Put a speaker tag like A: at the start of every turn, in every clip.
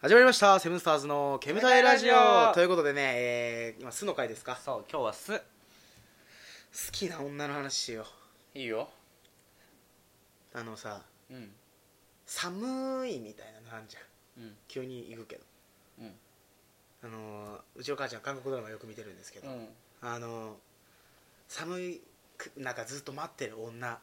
A: 始まりましたセブンスターズの煙たいラジ
B: 煙たいラジ
A: オ
B: オ
A: ということでね、えー、今巣の回ですか好
B: そう今日はす
A: きな女の話しよ
B: いいよ
A: うあのさ
B: うん
A: 寒いみたいなのあんじゃん
B: うん
A: 急に行くけど
B: うん
A: あのーうちの母ちゃん韓国ドラマよく見てるんですけど、
B: うん
A: あのー寒いく中ずっと待ってる女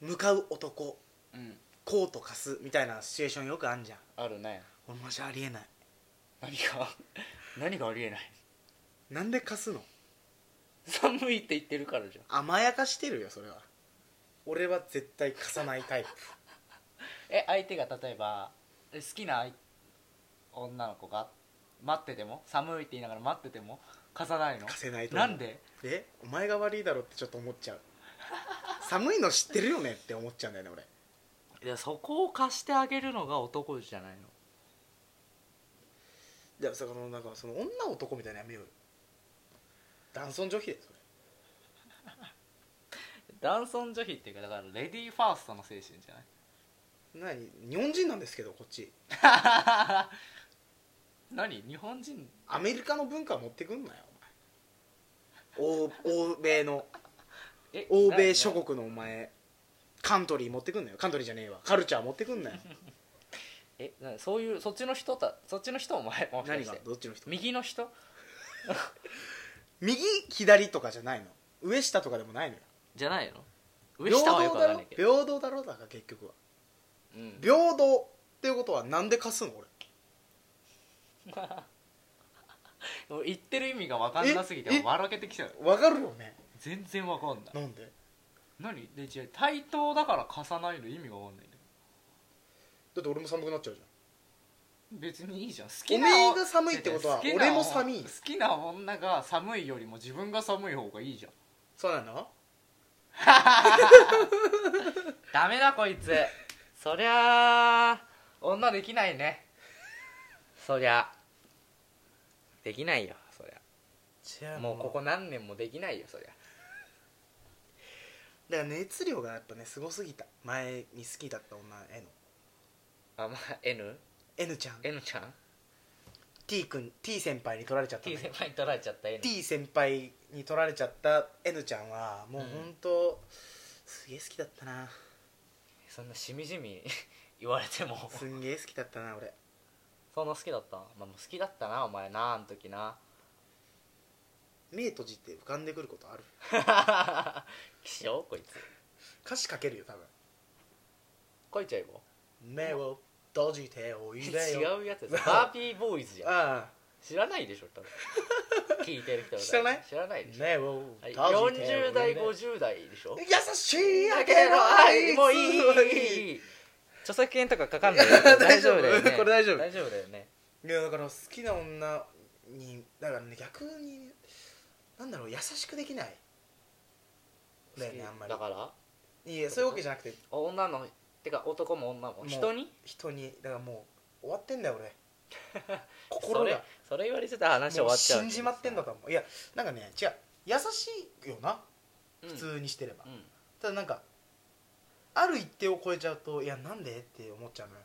A: 向かう男
B: うん
A: コート貸すみたいなシチュエーションよくあんじゃん
B: あるね
A: 俺マジありえない
B: 何が 何がありえない
A: なんで貸すの
B: 寒いって言ってるからじゃん
A: 甘やかしてるよそれは俺は絶対貸さない タイプ
B: え相手が例えばえ好きな相女の子が待ってても寒いって言いながら待ってても貸さないの
A: 貸せないと思
B: な
A: うん
B: で
A: えお前が悪いだろってちょっと思っちゃう 寒いの知ってるよねって思っちゃうんだよね俺
B: いやそこを貸してあげるのが男じゃないの
A: いやそのなんかその女男みたいなのやめようよ男尊女卑でそれ
B: 男尊女卑っていうかだからレディーファーストの精神じゃない
A: 何日本人なんですけどこっち
B: 何日本人
A: アメリカの文化持ってくんなよお 前欧欧米の
B: え
A: 欧米諸国のお前カントリー持ってくんなよカントリーじゃねえわカルチャー持ってくん なよ
B: えなそういうそっちの人たそっちの人お前もしか
A: 何
B: し
A: が
B: て
A: どっちの人
B: 右の人
A: 右左とかじゃないの上下とかでもないのよ
B: じゃないの上下はよくわかんないけど
A: 平等だろ平等だろだから結局は
B: うん
A: 平等っていうことはなんで貸すの俺
B: もう言ってる意味が分かんなすぎて
A: ええ
B: 笑けてきちゃう
A: わかるよね
B: 全然分かんない
A: なんで
B: 何で違う対等だから貸さないの意味が分かんないんだよ
A: だって俺も寒くなっちゃうじ
B: 別にいいじゃん好
A: ゃんお
B: きな
A: めえが寒いってことは
B: 好きな
A: 俺も寒い
B: 好きな女が寒いよりも自分が寒い方がいいじゃん
A: そうなの
B: ダメだこ いつそりゃあ女できないねそりゃできないよそり
A: じゃ
B: ゃもうここ何年もできないよそりゃ
A: だから熱量がやっぱねすごすぎた前に好きだった女 N
B: あまあ N?
A: N ちゃん
B: N ちゃん
A: T 君 T 先輩に取られちゃったの
B: T
A: よ
B: 先輩に取られちゃった N
A: T 先輩に取られちゃった N ちゃんはもう本当、すげえ好きだったな
B: そんなしみじみ言われても
A: すんげえ好きだったな俺
B: そんな好きだった、まあ、もう好きだったなお前なあん時な
A: 目閉じて浮かんでくることある
B: 気象こいつ
A: 歌詞書けるよ多分
B: こいちゃいぼ
A: 目を閉じておいでよ
B: 違うやつですバービーボーイズじゃん
A: あ
B: 知らないでしょ多分聞いてる人は
A: 知らない
B: 知らないでしょ
A: 目を
B: はい
A: 閉じておい
B: 40
A: で
B: 代50代でしょ
A: 優しいだけの愛
B: もういい著作権とかかかんないよ
A: 大
B: 大
A: 丈
B: 丈
A: 夫
B: 夫だよね
A: これ大丈夫
B: 大丈夫だよね
A: いやだから好きな女にだからね逆になんだろう優しくできないだよねあんまり
B: だから
A: いやそういうわけじゃなくて
B: 女のてか男も女も
A: う
B: 人に
A: 人にだからもう終わってんだよ 俺
B: そ
A: 心
B: れ
A: が
B: それ言われてたら話終
A: も
B: わ
A: う
B: っちゃう
A: 死んじまってんだと思ういやなんかね違う優しいよな
B: うん
A: 普通にしてれば、
B: うん
A: ただなんかある一定を超えちゃうといやなんでって思っちゃうのよ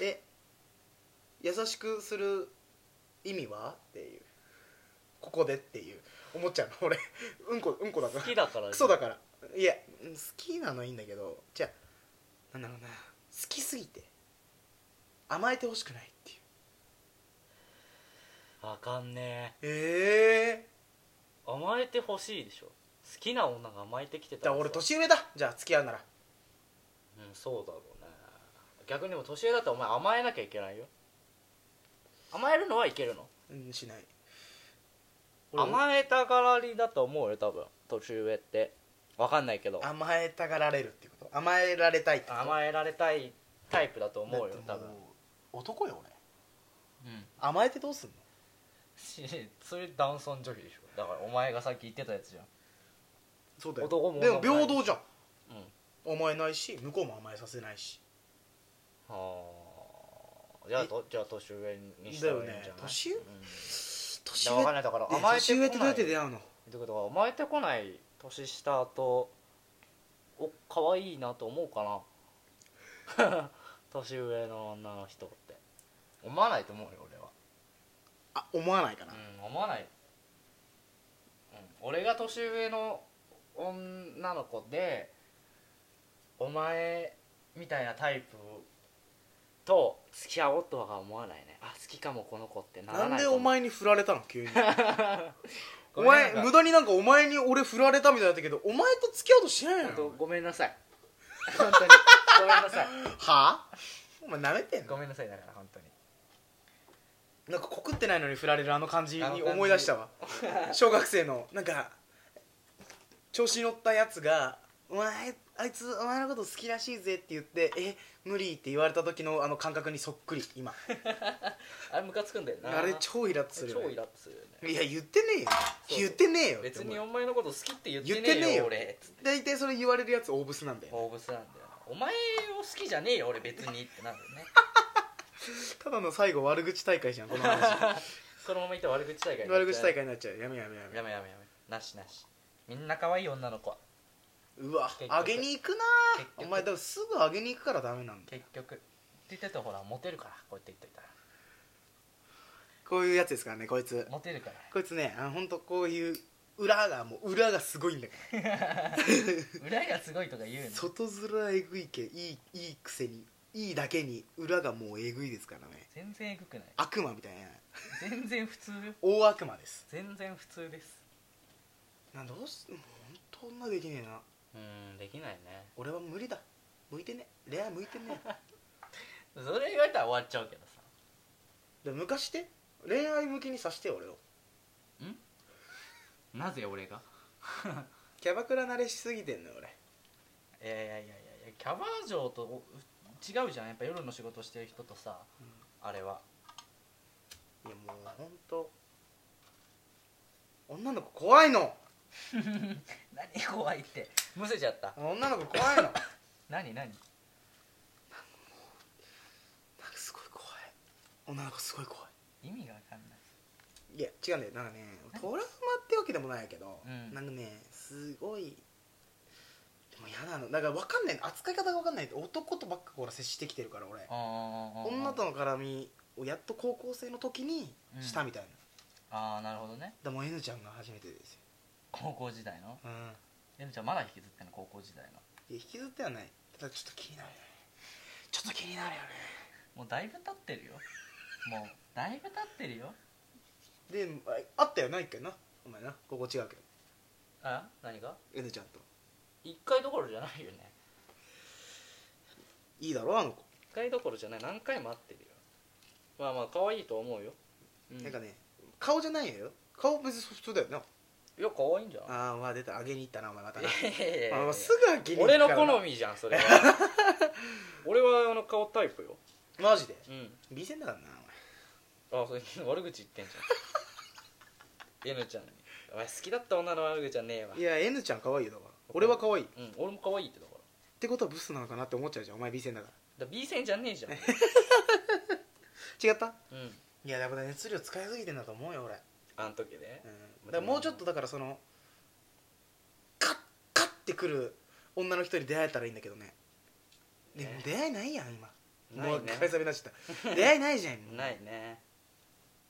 A: え優しくする意味はっていうここでっていう思っちゃうの俺うんこうんこだか
B: 好
A: ら
B: きだから
A: クソだからいやうん好きなのいいんだけどじゃあなんだろうな好きすぎて甘えてほしくないっていう
B: わかんね
A: ええ
B: え甘えてほしいでしょ好きな女が甘えてきて
A: じ
B: た
A: ゃあ
B: さ
A: 俺年上だじゃあ付き合うなら
B: うんそうだろうね逆にでも年上だったらお前甘えなきゃいけないよ甘えるのはいけるの
A: うんしない俺
B: 甘えたがらりだと思うよ多分年上って分かんないけど
A: 甘えたがられるってこと甘えられたいってこと
B: 甘えられたいタイプだと思うよ
A: だって
B: 多
A: も
B: 分
A: 男よ俺
B: うん
A: 甘えてどうすんの
B: し それ男尊女卑でしょだからお前がさっき言ってたやつじゃん
A: そう
B: だよ男も
A: でも
B: 女も
A: 平
B: ない
A: 等じゃん
B: うん
A: 甘えないし向こうも甘えさせないし
B: はあじゃあとじゃあ年上にしたらいいんじゃない
A: だよね年上
B: うん
A: 年
B: だから分かん
A: 上
B: ないだから
A: で
B: 甘えて
A: 年上
B: こない
A: ってどうやって出会うの
B: ってことは甘えてこない年下 とお可愛いなと思うかな年上の女の人って思わないと思うよ俺は
A: あ思わないかな、
B: うん思わない、うん、俺が年上の女の子でお前みたいなタイプと付き合おうとは思わないねあ好きかもこの子ってなら
A: な
B: なんい
A: で
B: と思
A: お
B: う
A: 前に振られたの急にお
B: ごめ
A: 前
B: んなさい
A: 無駄になんかお前に俺振られたみたいだったけどお前と付き合おうとしないの
B: 本当
A: よ
B: ごめんなさい本当にごめんなさい
A: はあお前なめてん
B: ご
A: の
B: めんなさいだから本当に
A: なんか告ってないのに振られるあの感じ
B: あの
A: に
B: 感じ
A: 思い出したわ 小学生のなんか調子に乗ったやつが「お前あいつお前のこと好きらしいぜ」って言って「え無理」って言われた時のあの感覚にそっくり今
B: あれムカつくんだよな
A: あれ超イラッとするよね
B: 超イラッとするよね
A: いや言ってねえよ
B: そう
A: 言ってねえよって
B: 別
A: 思う
B: にお前のこと好きって言って
A: 言って
B: ね
A: ね
B: え
A: え
B: よ
A: よ
B: 俺つって
A: 大体それ言われるやつ大ブスなんだよ
B: 大ブスなんだよなお前を好きじゃねえよ俺別にってなるよね
A: ただの最後悪口大会じゃんこの 話
B: そのままいったら悪口大会になっ
A: 悪
B: ちゃ
A: 口
B: う
A: 大会になっちゃうやめやめやめ
B: やめやめやめなしなしみんな可愛い女の子は
A: うわ
B: 結局
A: 上げに行くな
B: 結
A: お
B: 局
A: 前でもすぐ上げに行くからダメなんだ
B: 結局って言ってたらほらモテるからこうやって言っといたら
A: こういうやつですからねこいつ
B: モテるから
A: こいつねあ本当こういう裏がもう裏がすごいんだか
B: 裏がすごいとか言うの
A: ら外面えぐいけいいいいくせにいいだけに裏がもうえぐいですからね
B: 全然エグくない
A: 悪魔みたいな
B: 全然普通よ
A: 大悪魔です
B: 全然普通です
A: なんどうすもう本当女できねえな
B: うーんできないね
A: 俺は無理だ向いてねえ恋愛向いてね え
B: それ言われたら終わっちゃうけどさ
A: でも昔って恋愛向きにさしてよ俺を
B: なぜ俺が
A: キャバクラ慣れしすぎてんのよ俺
B: いやいやいやいやキャバ嬢とお違うじゃんやっぱ夜の仕事してる人とさ、あれはい
A: やもう本当女の子怖いの
B: 何怖いってむせちゃった
A: 女の子怖 いのなんか
B: 何何
A: すごい怖い女の子すごい怖
B: 意味がわかんない
A: いいや違うんだよなんかねトラウマってわけでもないけど、
B: うん
A: なんかねすごいでも嫌なのだから分かんないの扱い方が分かんない男とばっかこら接してきてるから俺女
B: 女
A: との絡みをやっと高校生の時にしたみたいな、
B: ああなるほどね
A: でも N ちゃんが初めてですよ、
B: 高校時代の
A: うん、いや
B: えみちゃんまだ引きずってんの高校時代の
A: 引きずってはないただちょっと気になるよねちょっと気になるよね
B: もうだいぶ経ってるよもうだいぶ経ってるよ
A: でああったよな一回なお前なここ違うけど
B: あ何が
A: N ちゃんと
B: 一回どころじゃないよね
A: いいだろあの子、
B: 一回どころじゃない何回も会ってるよまあまあ可愛いと思うよ、うん、
A: なんかね顔じゃないよ顔別に普通だよない
B: や可愛いんじゃん
A: ああまあ出た上げに行ったなお前またな、
B: いやいやいやいや
A: あまあすぐ上げに
B: 俺の
A: の
B: 好みじゃ んそれは俺はあの顔タイプよ
A: マジで
B: うん
A: 美線だからな
B: あそれ悪口言ってんじゃん N ちゃんに「お前好きだった女の悪口はねえわ
A: お前い」や N ちゃん可愛いよだから俺は可愛いっ
B: うん俺も可愛いってだから
A: てことはブスなのかなって思っちゃうじゃんお前美線だか
B: だから B 線じゃねえ じゃん
A: ら違った
B: うん
A: いやだから熱量使いすぎてんだと思うよ俺、
B: あの時ね
A: うん、だからもうちょっとだからそのカッカッてくる女の人に出会えたらいいんだけどねでも
B: ね
A: 出会いないやん今
B: ない
A: もう
B: ね
A: 一回さびなっちゃった出会い ないじゃんもう
B: ないね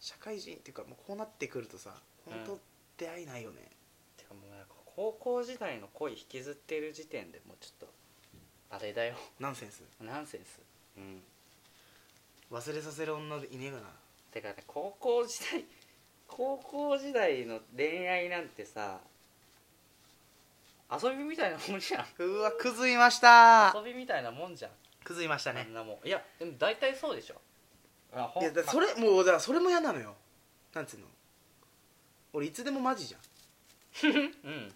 A: 社会人っていうかもうこうなってくるとさ本
B: う
A: 当
B: ん
A: 出会いないよね、
B: てかもうなんか高校時代の恋引きずってる時点でもうちょっとあれだよ
A: ナンセンス
B: ナンセンスうん
A: 忘れさせる女でいねえかな
B: てかね高校時代高校時代の恋愛なんてさ遊びみたいなもんじゃん
A: うわくずいました
B: 遊びみたいなもんじゃん
A: くずいました
B: あ
A: ね
B: んなもんいやでも大体そうでしょあほ
A: い
B: ん
A: やだ
B: ま
A: それもうだからそれも嫌なのよなんつうの俺いつでもマジじゃん
B: うん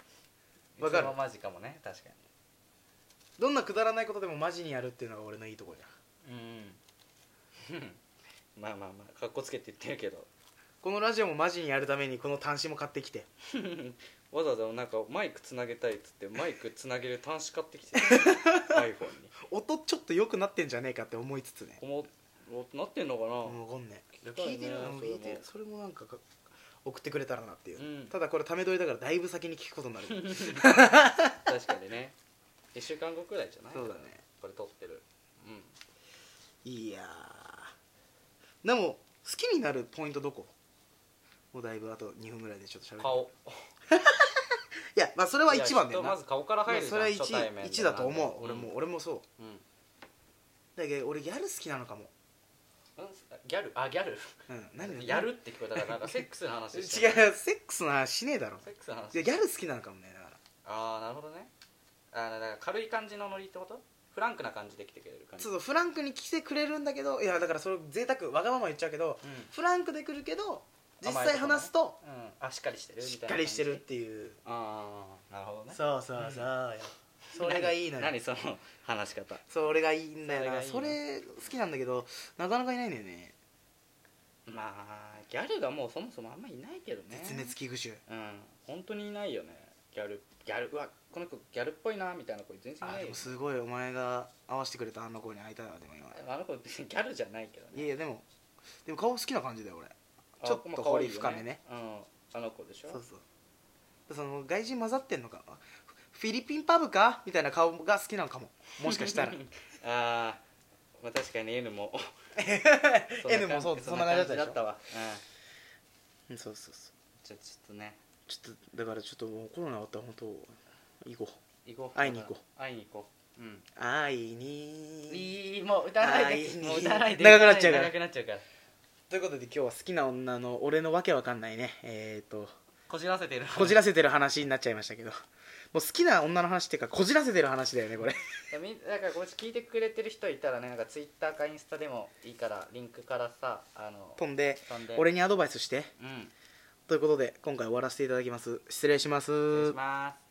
A: わかる
B: いつもマジかもね確か
A: どんなくだらないことでもマジにやるっていうのが俺のいいところじゃん
B: にうんまあまあまあかっこつけて言ってるけど
A: このラジオもマジにやるためにこの端子も買ってきて
B: わざわざなんかマイクつなげたいっつってマイクつなげる端子買ってきて iPhone に
A: 音ちょっと良くなってんじゃねえかって思いつつね
B: こもなってんのかな、
A: もう分かんねえ
B: 聞きたいね
A: 聞いてるの
B: それも
A: 聞いてるそれもなんかか送ってくれたらなっていう、
B: うん
A: ただこれため撮りだからだいぶ先に聞くことになる
B: 確かにね1週間後くらいじゃない
A: そうだね
B: これ撮ってるうん
A: いやーでも好きになるポイントどこもうだいぶあと2分ぐらいでちょっと喋る
B: 顔
A: いやまあそれは一番だよ
B: いや
A: な
B: 人まず顔から入るじ
A: そ
B: ゃん
A: れは
B: 初対面で
A: 1, 一だと思う、
B: な
A: 俺
B: んで
A: も俺もそう
B: うん、うん
A: だけど俺ギャル好きなのかも、
B: ギャルあギャル
A: うん、何が
B: やるって聞こえたからなんかセックスの話
A: 違う
B: し
A: セ
B: てる
A: ックスの話しねえだろ
B: セックスの話
A: いやギャル好きなのかもねだから
B: ああなるほどねあーだから軽い感じのノリってことフランクな感じで来てくれる感じ
A: ちょっとフランクに来てくれるんだけどいやだからそれ贅沢わがまま言っちゃうけど
B: う
A: フランクで来るけど実
B: 甘
A: 際
B: いとこね
A: 話すと
B: ん、うん、あしっかりしてるみたい
A: し
B: な
A: っかりしてるっ
B: 感じ
A: ていう
B: ああなるほどね
A: そうそうそうよそれがいいのよ
B: 何何その話し方
A: それがいいんだよな
B: そ
A: そ
B: れが
A: れ
B: い
A: 好きなんだけどなかなかいないんだよね
B: まあギャルがもうそもそもあんまいないけどね
A: 絶滅危惧種
B: うん本当にいないよねギャルギャルうわこの子ギャルっぽいなみたいな子全然い
A: あ
B: ない
A: で
B: よね
A: もすごいお前が合わせてくれたあの子に会いたいわでも今
B: あの子別 にギャルじゃないけど
A: いや
B: ね
A: いやでもでも顔好きな感じだよ俺
B: あ
A: ちょっと
B: まあ可愛いよ
A: 彫り深めね
B: うんあの子でしょ
A: そうそうその外人混ざってんのかフィリピンパブかみたいな顔が好きなのかももしか したら
B: あーまあ確かに N も
A: N もそうそんな感じだったでしょ
B: わ、うん
A: うんそうそうそう
B: じゃあちょっとね
A: ちょっとだからちょっともうコロナ終わったら本当行こう
B: 行こう
A: 会いに行こ
B: う会いに行こううん
A: 会いに
B: いいもう歌わない
A: 会い
B: で
A: に
B: もう歌わないで
A: 長くなっちゃうから
B: 長くなっちゃうから
A: ということで今日は好きな女の俺のわけわかんないねえっ、と
B: こじらせてる
A: こじらせてる話になっちゃいましたけどもう好きな女の話っていうかこじらせてる話だよねこれ
B: みだからこれ聞いてくれてる人いたらねなんかツイッターかインスタでもいいからリンクからさあの
A: 飛んで
B: 飛んで
A: 俺にアドバイスして
B: うん
A: ということで今回終わらせていただきます失礼します
B: 失礼します